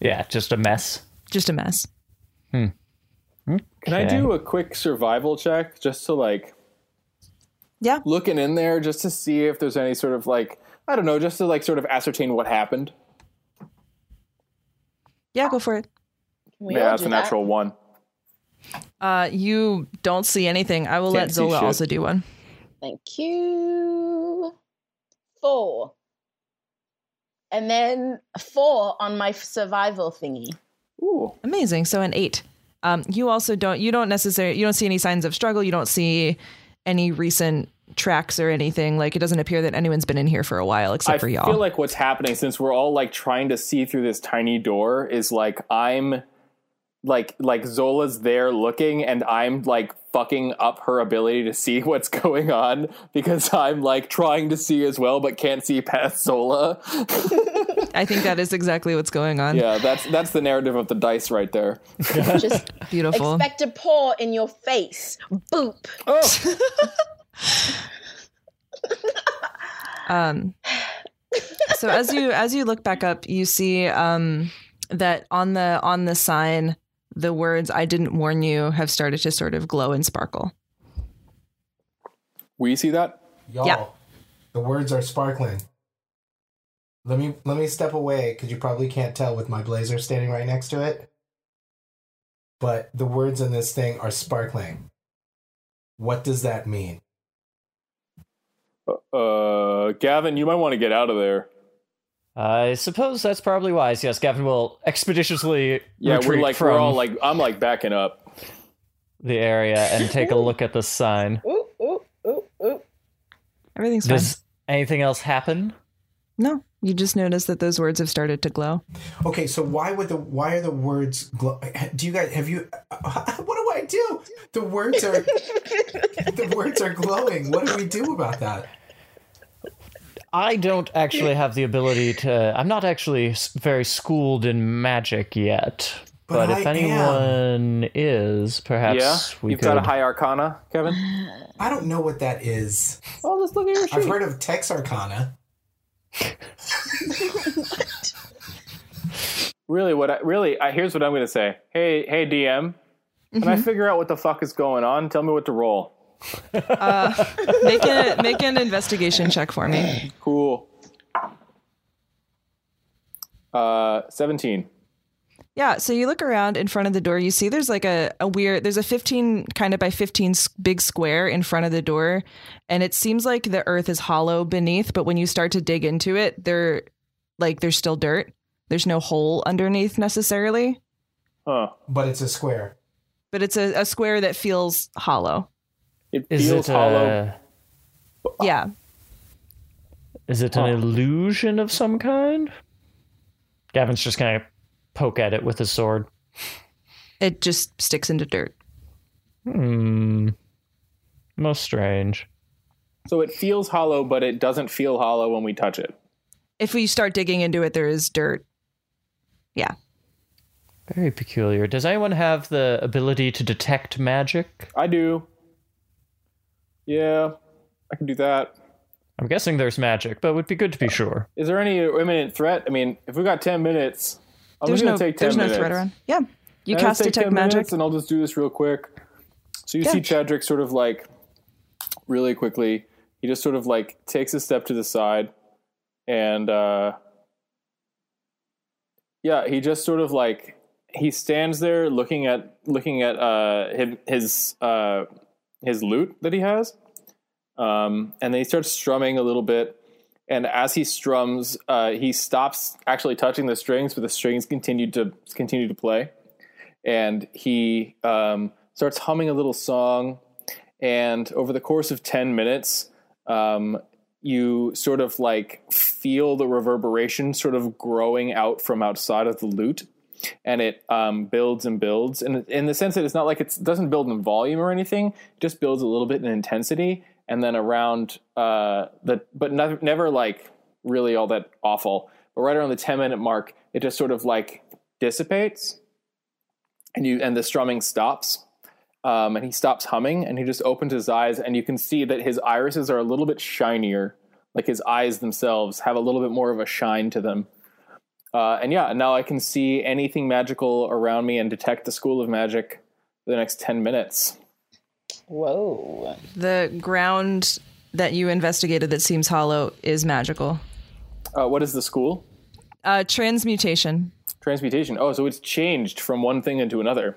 yeah, just a mess.
just a mess.
Can I do a quick survival check just to like
Yeah.
looking in there just to see if there's any sort of like I don't know, just to like sort of ascertain what happened.
Yeah, go for it.
Can we
yeah,
all
that's
do
a
that?
natural one.
Uh, you don't see anything. I will
Can't
let
see
Zola
shit.
also do one.
Thank you. Four. And then four on my survival thingy.
Ooh.
Amazing. So an eight. Um, you also don't. You don't necessarily. You don't see any signs of struggle. You don't see any recent tracks or anything. Like it doesn't appear that anyone's been in here for a while, except
I
for
feel
y'all.
like what's happening since we're all like trying to see through this tiny door is like I'm like like Zola's there looking and I'm like fucking up her ability to see what's going on because I'm like trying to see as well but can't see past Zola.
I think that is exactly what's going on.
yeah, that's that's the narrative of the dice right there.
Just
Beautiful.
expect a paw in your face. Boop.
Oh,
Um, so as you as you look back up, you see um, that on the on the sign the words I didn't warn you have started to sort of glow and sparkle.
Will you see that?
Y'all,
Yeah.
the words are sparkling. Let me let me step away because you probably can't tell with my blazer standing right next to it. But the words in this thing are sparkling. What does that mean?
Uh, Gavin, you might want to get out of there.
I suppose that's probably wise. Yes, Gavin will expeditiously
Yeah,
retreat
we're like
from
we're all like I'm like backing up.
the area and take a look at the sign.
Ooh, ooh, ooh, ooh.
Everything's fine.
Does anything else happen?
No, you just notice that those words have started to glow.
Okay, so why would the why are the words? Glo- do you guys have you? What do I do? The words are the words are glowing. What do we do about that?
I don't actually have the ability to. I'm not actually s- very schooled in magic yet.
But
But, if
I am.
anyone is, perhaps we
you've
could.
got a high arcana, Kevin.
I don't know what that is.
Oh, let's look at your sheet.
I've heard of Texarkana.
really what I really I here's what I'm gonna say. Hey, hey DM. Can
Mm-hmm.
I figure out what the fuck is going on? Tell me what to roll.
Make a make an investigation check for me.
Cool. Uh, seventeen.
Yeah, so you look around in front of the door, you see there's like a, a weird there's a 15 kind of by 15 s- big square in front of the door and it seems like the earth is hollow beneath, but when you start to dig into it, there like there's still dirt. There's no hole underneath necessarily,
Huh.
But it's a square.
but it's a, a square that feels hollow.
It
is
feels
uh,
it
hollow.
a,
Yeah.
Is it an illusion of some kind? Gavin's just gonna poke at it with his sword.
It just sticks into dirt.
Hmm. Most strange.
So it feels hollow, but it doesn't feel hollow when we touch it.
If we start digging into it, there is dirt. Yeah.
Very peculiar. Does anyone have the ability to detect magic?
I do. Yeah, I can do that.
I'm guessing there's magic, but it would be good to be sure.
Is there any imminent threat? I mean, if we got ten minutes, I'm
there's
just
no
gonna take ten
there's
minutes.
no threat around. Yeah. You
Can I
cast
just take
detect
10 minutes
magic.
and I'll just do this real quick. So you
Yeah.
see Chadrick sort of like really quickly. He just sort of like takes a step to the side, and uh, yeah, he just sort of like he stands there looking at looking at uh, his his, uh, his loot that he has, um, and then he starts strumming a little bit. And as he strums, uh, he stops actually touching the strings, but the strings continue to continue to play and he um, starts humming a little song. And over the course of 10 minutes, um, you sort of like feel the reverberation sort of growing out from outside of the lute. And it um, builds and builds. And in the sense that it's not like it's, it doesn't build in volume or anything, it just builds a little bit in intensity. And then around uh, the, but never, never like really all that awful. But right around the 10 minute mark, it just sort of like dissipates and you and the strumming stops um, and he stops humming and he just opens his eyes and you can see that his irises are a little bit shinier like his eyes themselves have a little bit more of a shine to them uh, and yeah now i can see anything magical around me and detect the school of magic for the next 10 minutes
Whoa.
The ground that you investigated that seems hollow is magical.
uh, what is the school
Uh, transmutation.
transmutation oh so it's changed from one thing into another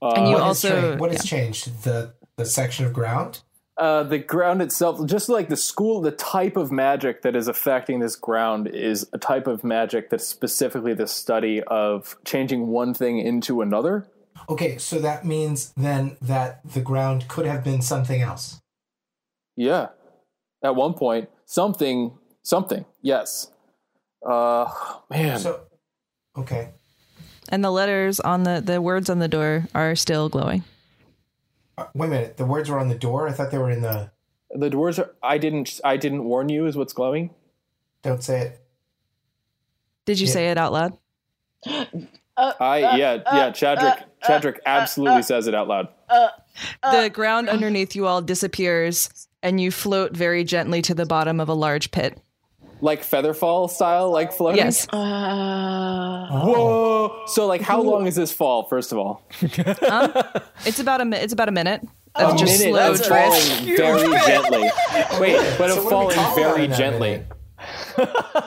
and you
Uh, What has
also
changed- what has changed? The the section of ground?
Uh, the ground itself, just like the school, the type of magic that is affecting this ground is a type of magic that's specifically the study of changing one thing into another.
Okay, so that means then that the ground could have been something else.
Yeah. At one point, something, something, yes. Uh, man.
So okay.
and the letters on the the words on the door are still glowing.
Uh, Wait a minute. The words were on the door. I thought they were in the
the doors are, I didn't, I didn't warn you is what's glowing.
don't say it.
Did you
Yeah.
say it out loud?
I, yeah, yeah, Chadrick, Chadrick absolutely says it out loud.
the ground underneath you all disappears and you float very gently to the bottom of a large pit.
like featherfall style, like floating?
Yes.
Uh,
Whoa! So like, how long is this fall? First of all,
It's about a mi- it's about a minute of
A
just
minute,
slow
Oh, that's
drift.
falling very gently. Wait, but
So
of
what are we
falling
talking about
very
in that
gently.
minute?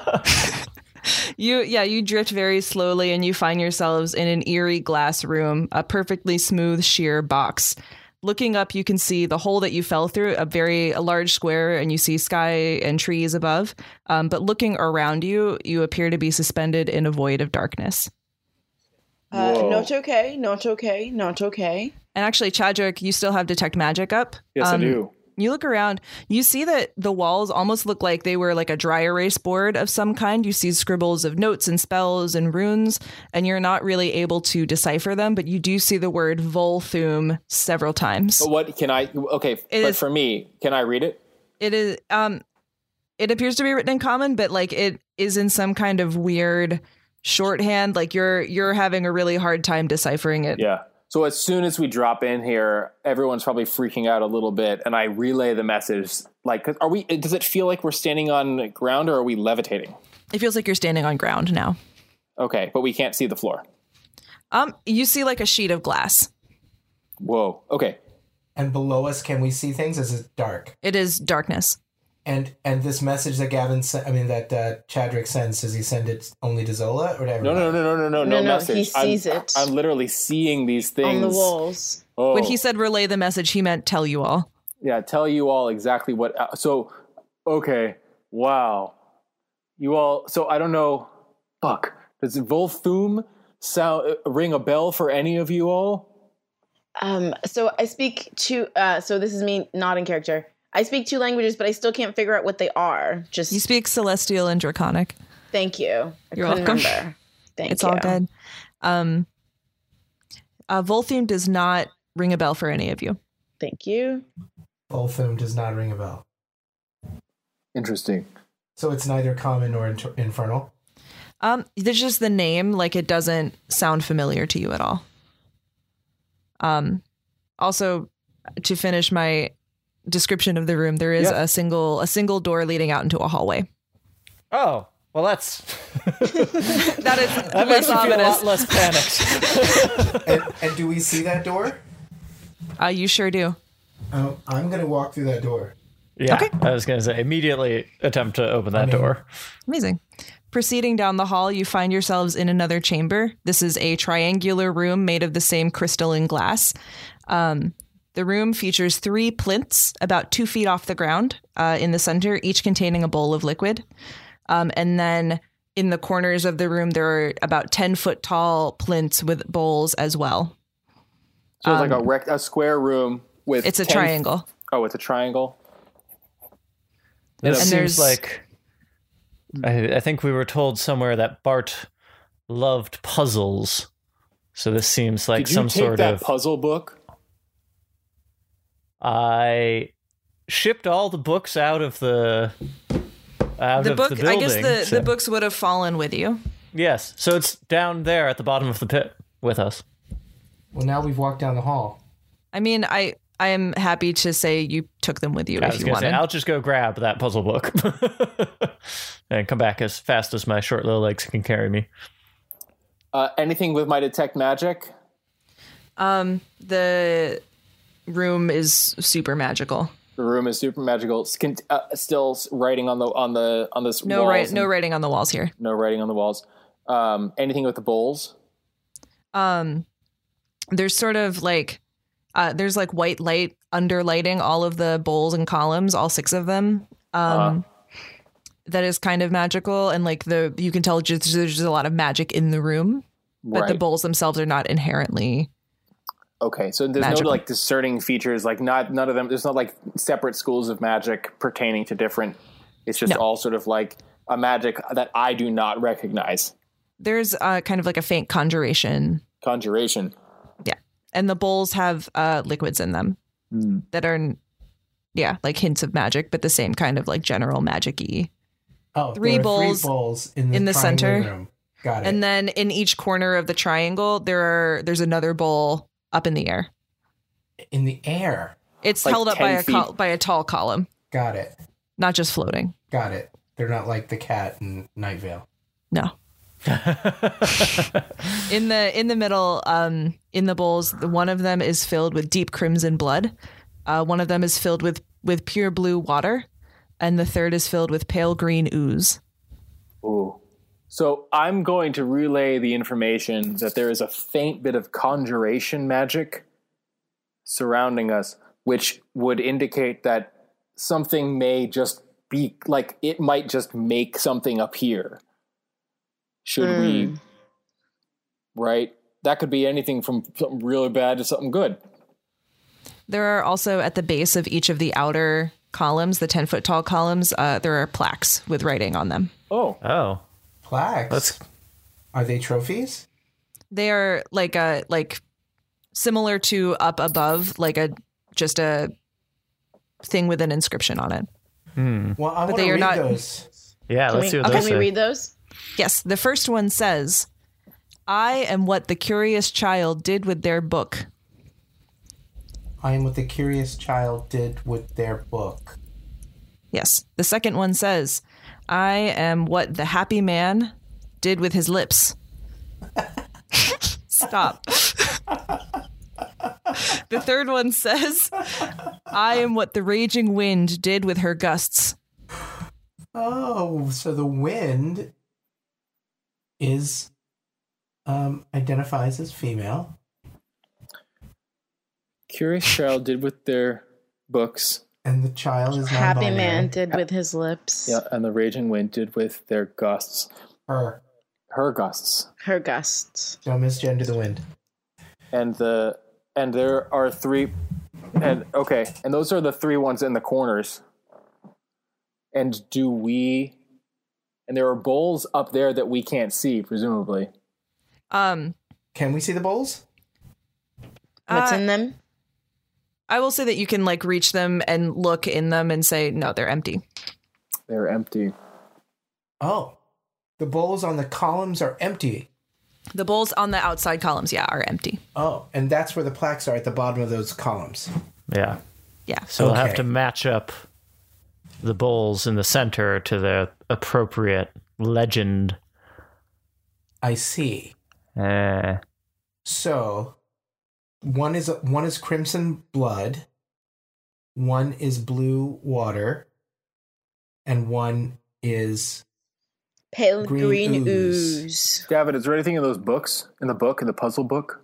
You yeah, you drift very slowly and you find yourselves in an eerie glass room, a perfectly smooth sheer box. Looking up, you can see the hole that you fell through, a very a large square, and you see sky and trees above. Um, but looking around you, you appear to be suspended in a void of darkness.
uh,
Whoa.
not okay, not okay, not okay.
And actually, Chadrick, you still have detect magic up.
Yes,
Um,
I do.
You look around, you see that the walls almost look like they were like a dry erase board of some kind. You see scribbles of notes and spells and runes, and you're not really able to decipher them, but you do see the word Volthoom several times.
But what can I? Okay, but
is-
for me, can I read it?
It is um it appears to be written in common, but like it is in some kind of weird shorthand. Like you're you're having a really hard time deciphering it.
Yeah. So as soon as we drop in here, everyone's probably freaking out a little bit, and I relay the message. Like, 'cause are we? Does it feel like we're standing on ground, or are we levitating?
It feels like you're standing on ground now.
Okay, but we can't see the floor.
Um you see like a sheet of glass.
Whoa. Okay.
And below us, can we see things? Is it dark?
It is darkness.
And and this message that Gavin, sent, I mean that uh, Chadrick sends, does he send it only to Zola or to
No,
everyone?
no, no, no, no, no,
No,
no.
no,
message.
he sees
I'm,
it.
I'm literally seeing these things
On the walls.
Oh,
When he said relay the message, he meant tell you all.
yeah. Tell you all exactly what. uh, So, okay. Wow. You all. So I don't know. Fuck. Does Volthoom sound uh, ring a bell for any of you all?
Um, so I speak two. Uh, so this is me not in character. I speak two languages, but I still can't figure out what they are. Just
You speak Celestial and Draconic.
thank you. I
You're
couldn't
welcome.
Remember. Thank
It's
you.
all good. Um, uh, Volthium does not ring a bell for any of you.
Thank you.
Ulfum does not ring a bell.
Interesting.
So it's neither common nor inter- infernal.
Um, there's just the name, like it doesn't sound familiar to you at all. Um, also, to finish my description of the room, there is
Yeah.
a single a single door leading out into a hallway.
Oh, well, that's
That is
that
less
makes me feel a lot
ominous.
less panicked.
and, and do we see that door?
Uh, you sure do.
Um, I'm gonna walk through that door.
yeah, I was gonna say immediately attempt to open that door.
Amazing. Proceeding down the hall, you find yourselves in another chamber. This is a triangular room made of the same crystalline glass. Um, the room features three plinths about two feet off the ground uh, in the center, each containing a bowl of liquid. Um, and then in the corners of the room, there are about 10 foot tall plinths with bowls as well.
So it's like a, rec- a square room with.
Um, It's a
10
triangle.
Oh, it's a triangle.
It
And
seems
there's-
like I, I think we were told somewhere that Bart loved puzzles. So this seems like
Did you
some
take
sort
that
of
puzzle book?
I shipped all the books out of the out
The
of
book,
the building.
I guess the,
so-
the books would have fallen with you.
Yes, so it's down there at the bottom of the pit with us.
Well, now we've walked down the hall.
I mean, I, I am happy to say you took them with you
I
if
was
you
gonna say,
wanted.
I'll just go grab that puzzle book and come back as fast as my short little legs can carry me.
Uh, anything with my detect magic?
Um, the room is super magical.
The room is super magical. S- Can, uh, still s- writing on the on the on this.
No
walls
right,
and-
no writing on the walls here.
No writing on the walls. Um, anything with the bowls?
Um, there's sort of like, uh, there's like white light under lighting all of the bowls and columns, all six of them.
Uh.
Um, that is kind of magical, and like the you can tell just, there's just a lot of magic in the room, but
right.
the bowls themselves are not inherently.
okay, so there's
Magical.
no like discerning features. Like not none of them. There's not like separate schools of magic pertaining to different. It's just
No.
all sort of like a magic that I do not recognize.
There's uh, kind of like a faint conjuration
Conjuration.
and the bowls have uh, liquids in them that are yeah like hints of magic but the same kind of like general magic-y
Oh,
Three
there are
bowls
three bowls in the,
in the
triangle
center.
Room. Got it.
and then in each corner of the triangle there are there's another bowl up in the air
in the air.
it's
Like
held up
10
by a col-
feet.
by a tall column
Got it.
not just floating
Got it. They're not like the cat in Night Vale.
No. in the in the middle, um, in the bowls, the- one of them is filled with deep crimson blood. Uh, one of them is filled with with pure blue water, and the third is filled with pale green ooze.
Ooh. So I'm going to relay the information that there is a faint bit of conjuration magic surrounding us, which would indicate that something may just be like it might just make something appear. Should we? Right? That could be anything from something really bad to something good.
There are also at the base of each of the outer columns, the ten foot tall columns, uh, there are plaques with writing on them.
Oh,
oh,
Plaques.
that's
Are they trophies?
they are like a like similar to up above like a just a thing with an inscription on it
Hmm.
Well, I want
they
to
are
read
not-
those.
yeah.
Can
let's
we,
see what
okay,
those
can we
say.
read those?
yes the first one says i am what the curious child did with their book
I am what the curious child did with their book.
yes the second one says i am what the happy man did with his lips stop the third one says i am what the raging wind did with her gusts
Oh, so the wind is um identifies as female.
curious child did with their books,
And the child is
Happy
non-binary.
man did with his lips.
yeah, and the raging wind did with their gusts,
Her.
her gusts.
Her gusts.
Don't misgender the wind.
and the and there are three and okay and those are the three ones in the corners and do we and there are bowls up there that we can't see presumably
um
Can we see the bowls?
What's
Uh,
in them?
I will say that you can like reach them and look in them and say, no, they're empty.
they're empty
Oh. The bowls on the columns are empty.
The bowls on the outside columns, yeah, are empty.
Oh, and that's where the plaques are at the bottom of those columns.
Yeah.
Yeah.
So we'll have
Okay.
to match up the bowls in the center to the appropriate legend.
I see.
Eh.
So, one is one is crimson blood, one is blue water, and one is
Pale
green
green,
ooze.
ooze.
gavin is there anything in those books in the book in the puzzle book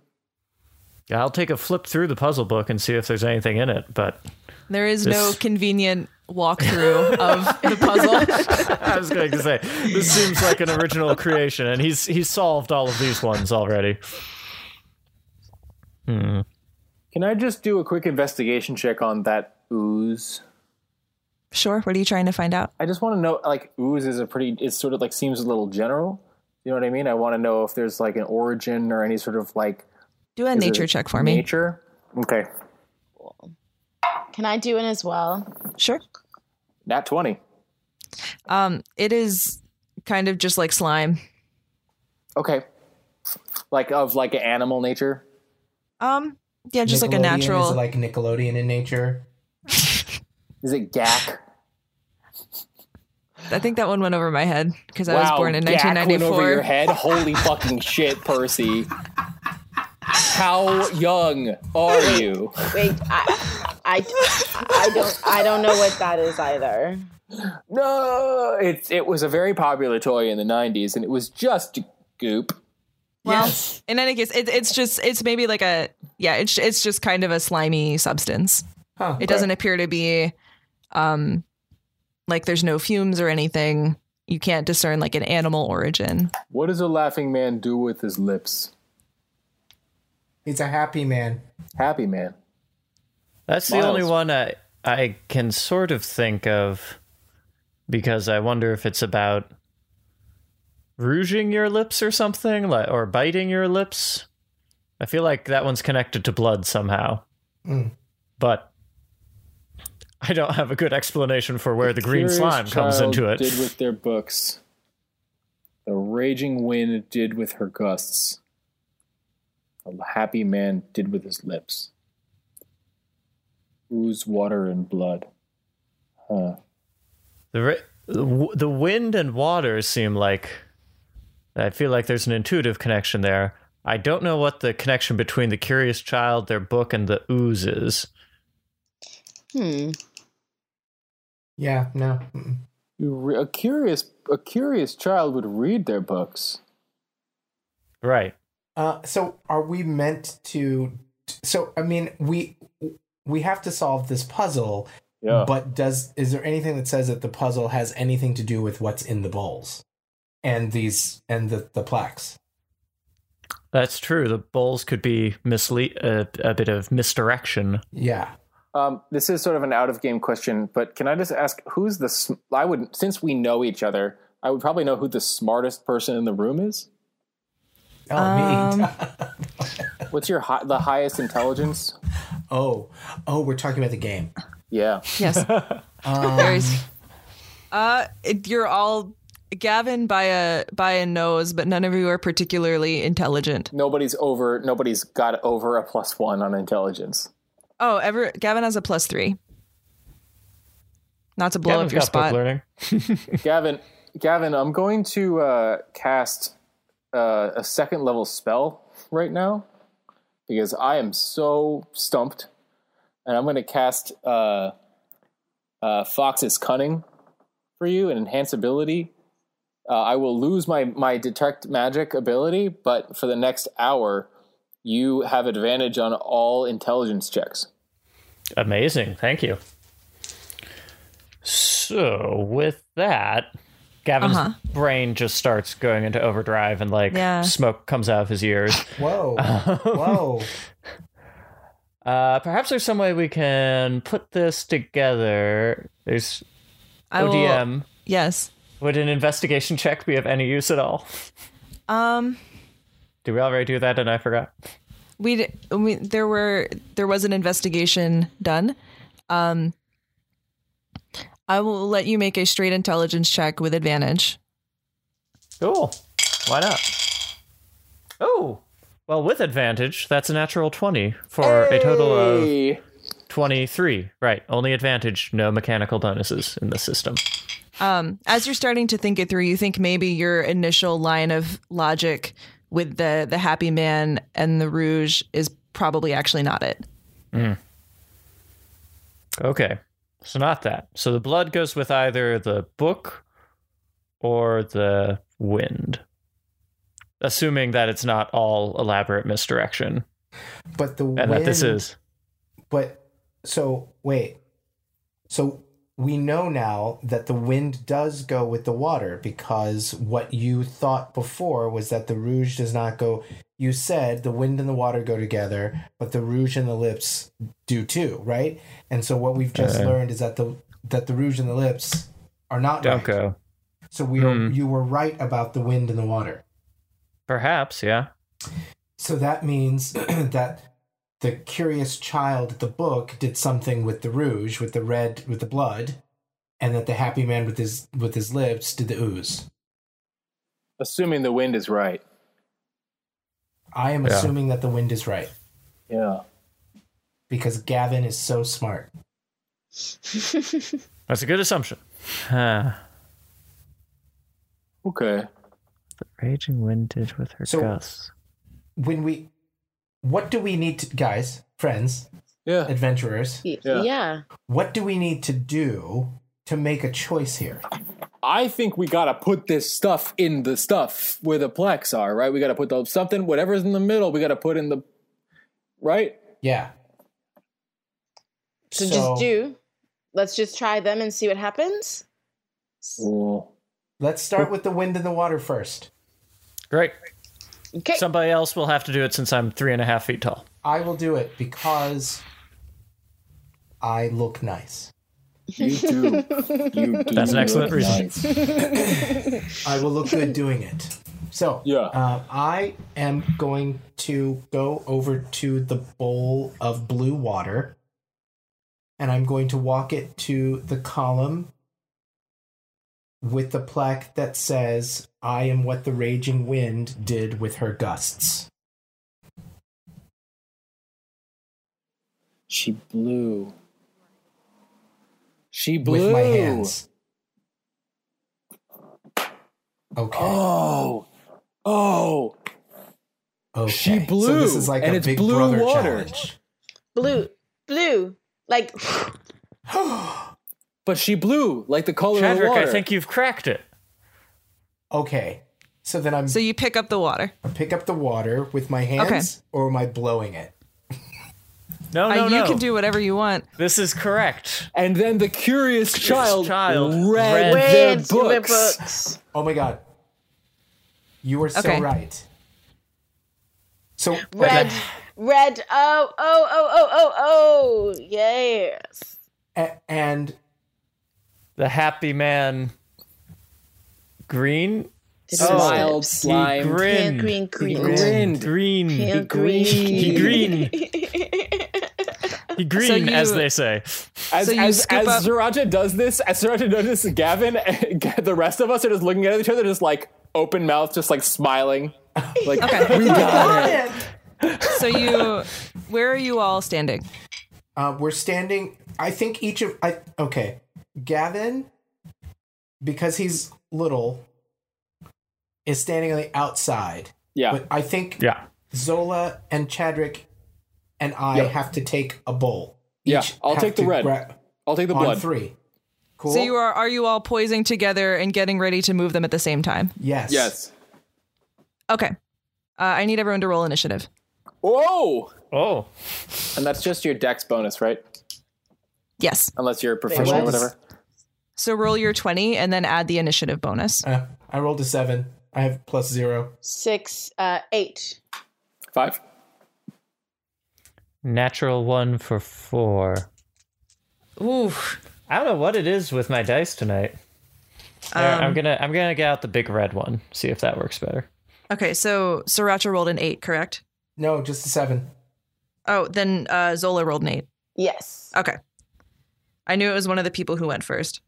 I'll take a flip through the puzzle book and see if there's anything in it, but
There is no
This-
convenient walkthrough of the puzzle.
I was going to say this seems like an original creation and he's he's solved all of these ones already.
can i just do a quick investigation check on that ooze
sure. What are you trying to find out?
i just want to know like ooze is a pretty it's sort of like seems a little general you know what i mean i want to know if there's like an origin or any sort of like
Do a
is it
nature check for me.
nature okay
Can I do one as well?
Sure.
nat 20
Um, it is kind of just like slime.
Okay. Like of like an animal nature.
Um, yeah, just like a
Nickelodeon.
natural.
Is it like Nickelodeon in nature?
Is it gack?
I think that one went over my head because I was born in
gack went over your
1994.
head. Holy fucking shit, Percy. How young are you?
Wait, I, I, I don't, I don't know what that is either.
No, it it was a very popular toy in the '90s, and it was just goop.
Well, in any case, it, it's just it's maybe like a yeah, it's it's just kind of a slimy substance.
Huh.
It doesn't appear to be um like there's no fumes or anything. You can't discern like an animal origin.
What does a laughing man do with his lips?
He's a happy man.
Happy man.
That's the
Miles.
only one I I can sort of think of because I wonder if it's about rouging your lips or something like or biting your lips. I feel like that one's connected to blood somehow.
Hmm.
Mm.
But I don't have a good explanation for where the green
Curious
slime comes
child
into it.
Did with their books. The raging wind did with her gusts. A happy man did with his lips. Ooze, water, and blood. Huh.
The ra- the w- the wind and water seem like I feel like there's an intuitive connection there. I don't know what the connection between the curious child, their book, and the ooze is.
Hmm.
Yeah, no. mm-mm.
You re- a curious a curious child would read their books.
Right.
Uh, so are we meant to? So I mean, we we have to solve this puzzle. But does is there anything that says that the puzzle has anything to do with what's in the bowls and these and the the plaques?
That's true. The bowls could be mislead a, a bit of misdirection.
Yeah.
Um, this is sort of an out of game question, but can I just ask who's the sm- I would since we know each other, I would probably know who the smartest person in the room is.
Oh me.
Um.
What's your hi- the highest intelligence?
oh, oh, we're talking about the game.
Yeah.
Yes.
Um,
There's. Uh, it, you're all Gavin by a by a nose, but none of you are particularly intelligent.
Nobody's over nobody's got over a plus 1 on intelligence.
Oh, ever Gavin has a plus three. Not to blow up
Gavin's
your
got book
spot.
learning.
Gavin, Gavin, I'm going to uh, cast uh, a second level spell right now because I am so stumped, and I'm going to cast uh, uh, Fox's Cunning for you and enhance ability. Uh, I will lose my my detect magic ability, but for the next hour, you have advantage on all intelligence checks.
Amazing. Thank you. So, with that, Gavin's
Uh-huh.
brain just starts going into overdrive and like
Yeah.
smoke comes out of his ears.
whoa, whoa.
Uh, perhaps there's some way we can put this together. There's Oh,
I will-
ODM.
Yes.
Would an investigation check be of any use at all?
Um.
Did we already do that and I forgot?
we, d- we there were there was an investigation done. Um, I will let you make a straight intelligence check with advantage.
Cool. Why not? Oh, well, with advantage, that's a natural 20 for a total of
Hey!
23. Right. Only advantage, no mechanical bonuses in the system.
Um, as you're starting to think it through, you think maybe your initial line of logic with the the happy man and the rouge is probably actually not it.
Okay. So, not that. So, the blood goes with either the book or the wind. Assuming that it's not all elaborate misdirection
But the
and that this
wind-
is.
But so wait. So we know now that the wind does go with the water because what you thought before was that the rouge does not go. You said the wind and the water go together, but the rouge and the lips do too, right? And so what we've just
Uh.
learned is that the that the rouge and the lips are not
Don't
right.
go.
So we are,
Hmm.
you were right about the wind and the water.
Perhaps, yeah.
So that means that the curious child at the book did something with the rouge, with the red, with the blood, and that the happy man with his with his lips did the ooze.
Assuming the wind is right.
I am
Yeah.
assuming that the wind is right
Yeah.
because Gavin is so smart.
That's a good assumption. Huh.
Okay.
Raging wind did with her
So-
gusts.
When we, what do we need to, guys, friends,
Yeah.
adventurers?
Yeah.
yeah.
What do we need to do to make a choice here?
I think we gotta put this stuff in the stuff where the plex are, right? We gotta put the something, whatever's in the middle, we gotta put in the right.
Yeah.
So, just do. Let's just try them and see what happens.
Let's start with the wind and the water first.
Great.
Okay.
Somebody else will have to do it since I'm three and a half feet tall.
I will do it because I look nice.
You do. You do.
That's an excellent
look
reason.
nice.
I will look good doing it. So
Yeah.
uh, I am going to go over to the bowl of blue water, and I'm going to walk it to the column with the plaque that says "I am what the raging wind did with her gusts."
She blew. She blew.
With my hands. Okay.
Oh, oh,
okay.
she
So
blew,
this is like
and
a
it's
big
blue
brother
water.
challenge.
Blue, blue, like
but she blew like Oh, the color of
Chadrick,
water.
I think you've cracked it.
okay. So then I'm
So you pick up the water.
pick up the water with my hands or am I blowing it?
No,
uh,
no,
you
no.
can do whatever you want.
This is correct.
and then the curious child,
child read
read, their
Read your
books.
books.
Oh my god. You are so
Okay.
right. So
Red, red. Oh, oh, oh, oh, oh, oh. Yes.
a- and
The happy man. Green.
Did
Oh.
we slip?
Smiled,
He
slimed.
grinned.
Green, green, green.
grinned.
Green.
Pale
He
green.
green. He green,
you-
as they say.
As,
So you
as,
scoop
as
up-
Sriracha does this, as Sriracha does this, Gavin, the rest of us are just looking at each other, just like open mouth, just like smiling. Like,
Okay.
we got it.
So you, where are you all standing?
Uh, we're standing. I think each of I okay, Gavin, because he's little, is standing on the outside.
Yeah.
But I think
Yeah.
Zola and Chadrick and I
Yep.
have to take a bowl.
Yeah,
Each
I'll
have
take the
to
red.
grab-
I'll take the
on
blood.
three. Cool.
So you are are you all poising together and getting ready to move them at the same time?
yes.
Yes.
Okay. Uh, I need everyone to roll initiative.
Whoa!
Oh.
And that's just your dex bonus, right?
Yes.
Unless you're a professional or
what?
whatever.
So roll your 20 and then add the initiative bonus.
Uh, I rolled a seven. I have plus zero.
Six, uh, eight.
Five.
Natural one for four.
Ooh.
I don't know what it is with my dice tonight. There,
Um,
I'm gonna I'm gonna get out the big red one. See if that works better.
Okay, so Sriracha rolled an 8, correct?
No, just a seven.
Oh, then uh, Zola rolled an 8.
Yes.
Okay. I knew it was one of the people who went first.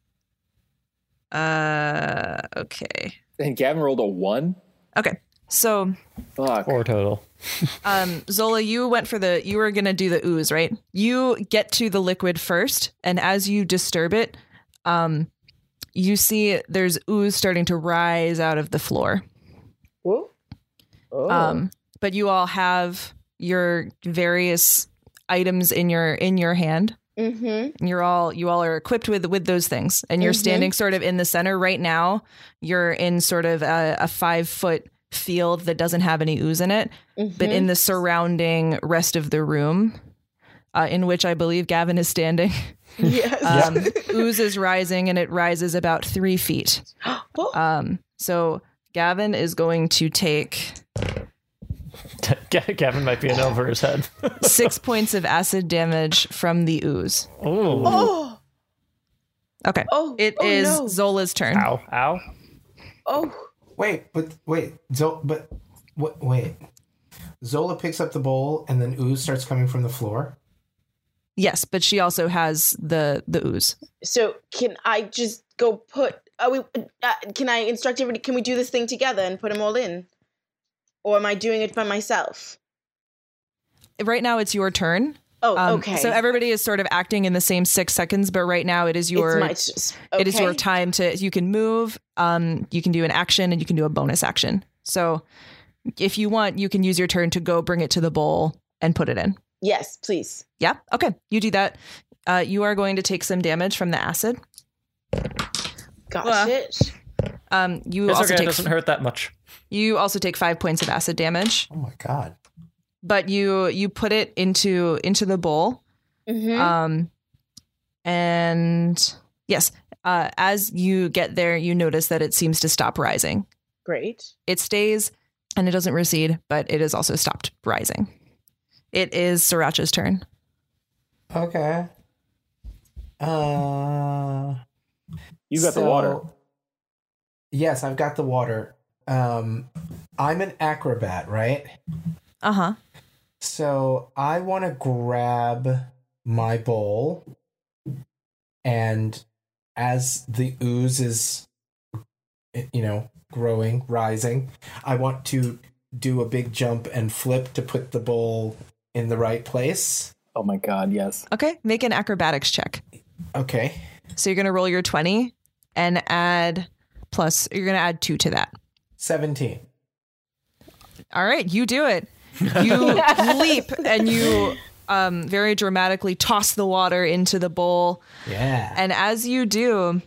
Uh, okay.
And Gavin rolled a one?
Okay. So,
Fuck.
Four total.
um, Zola, you went for the, you were going to do the ooze, right? You get to the liquid first, and as you disturb it, um, you see there's ooze starting to rise out of the floor.
Whoa. Oh.
um, but you all have your various items in your in your hand
mm-hmm.
And you're all you all are equipped with with those things and you're
Mhm.
standing sort of in the center right now you're in sort of a, a five foot field that doesn't have any ooze in it but in the surrounding rest of the room uh, in which i believe gavin is standing
Mm-hmm. yes.
um, ooze is rising and it rises about three feet
Oh,
um, so gavin is going to take
Gavin might be in over his head.
six points of acid damage from the ooze.
Ooh.
oh,
Okay.
oh,
It
oh,
is
no.
Zola's turn.
Ow. Ow.
oh,
Wait, but wait, Zo- but what? Wait, Zola picks up the bowl, and then ooze starts coming from the floor.
Yes, but she also has the the ooze.
so can I just go put? Are we? Uh, can I instruct everybody? Can we do this thing together and put them all in, or am I doing it by myself?
Right now, it's your turn.
Oh,
Um,
okay.
So everybody is sort of acting in the same six seconds, but right now it is
It's
your
my t- s-
it is your
okay.
time to you can move. Um, you can do an action and you can do a bonus action. So if you want, you can use your turn to go bring it to the bowl and put it in.
Yes, please.
Yeah. Okay. You do that. Uh, you are going to take some damage from the acid.
Got
Well.
it.
Um, you
It's
also
okay. It
take
doesn't hurt that much.
You also take five points of acid damage,
Oh my god!
but you you put it into into the bowl.
Mhm.
Um, and yes, uh, as you get there, you notice that it seems to stop rising.
Great.
It stays and it doesn't recede, but it has also stopped rising. It is Sriracha's turn.
Okay. Uh,
You got the
so-
water.
Yes, I've got the water. Um, I'm an acrobat, right?
Uh huh.
So I want to grab my bowl, and as the ooze is, you know, growing, rising, I want to do a big jump and flip to put the bowl in the right place.
Oh my god, yes.
Okay. Make an acrobatics check.
Okay.
So you're going to roll your 20 and add plus you're going to add 2 to that.
17.
All right, you do it. You leap and you um, very dramatically toss the water into the bowl.
Yeah.
And as you do,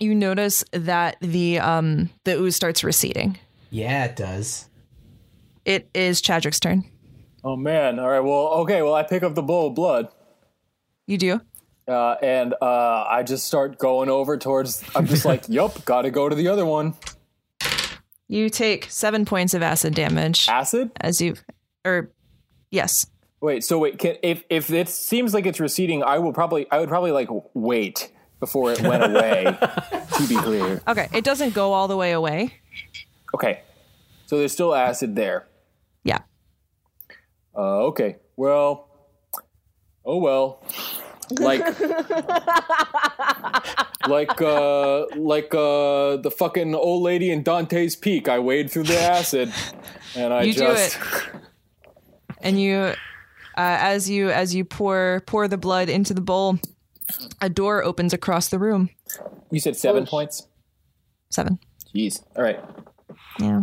you notice that the um, the ooze starts receding.
yeah, it does.
It is Chadrick's turn.
Oh man. All right. Well, okay. Well, I pick up the bowl of blood.
You do.
Uh, and uh, I just start going over towards. I'm just like, yup, gotta go to the other one.
You take seven points of acid damage
Acid?
as you, or yes,
Wait. So wait. Can, if if it seems like it's receding, I will probably I would probably like wait before it went away. to be clear.
okay. It doesn't go all the way away.
Okay. So there's still acid there.
Yeah.
Uh, okay. Well. Oh well. Like. like uh like uh the fucking old lady in Dante's Peak. I wade through the acid, and I
You do
just
and you uh, as you as you pour pour the blood into the bowl a door opens across the room
you said seven points.
seven
Jeez. All right.
yeah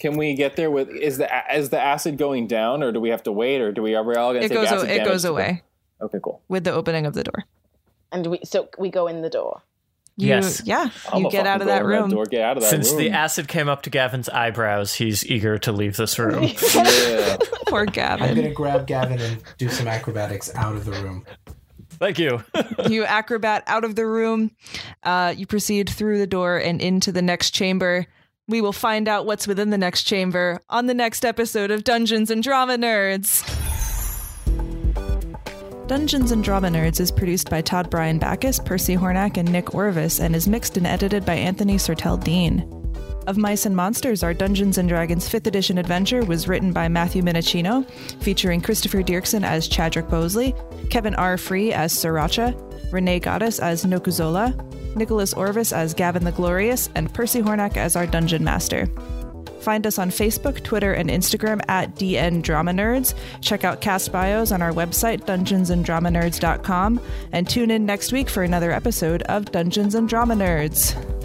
Can we get there with is the a- is the acid going down, or do we have to wait, or do we are we all gonna
it
take
goes
acid
o- it
damage
goes
to the-
away
Okay, cool.
with the opening of the door
And we so we go in the door.
You-
Yes.
yeah
I'm
you
a
get out
fucking
of that
go in
room
door, get out of that
Since the
room.
acid came up to Gavin's eyebrows, he's eager to leave this room.
yeah.
poor
I'm going
gavin
to grab Gavin and do some acrobatics out of the room.
Thank you.
you acrobat out of the room uh, you proceed through the door and into the next chamber we will find out what's within the next chamber on the next episode of dungeons and drama nerds Dungeons and Drama Nerds is produced by Todd Bryan Backus, Percy Hornack, and Nick Orvis, and is mixed and edited by Anthony Sertel Dean. Of Mice and Monsters, our Dungeons and Dragons 5th edition adventure was written by Matthew Minicino, featuring Christopher Dierksen as Chadrick Bosley, Kevin R. Free as Sriracha, Renee Goddess as Nokuzola, Nicholas Orvis as Gavin the Glorious, and Percy Hornack as our Dungeon Master. Find us on Facebook, Twitter, and Instagram at DN Drama Nerds. Check out cast bios on our website, dungeonsanddramanerds.com, and tune in next week for another episode of Dungeons and Drama Nerds.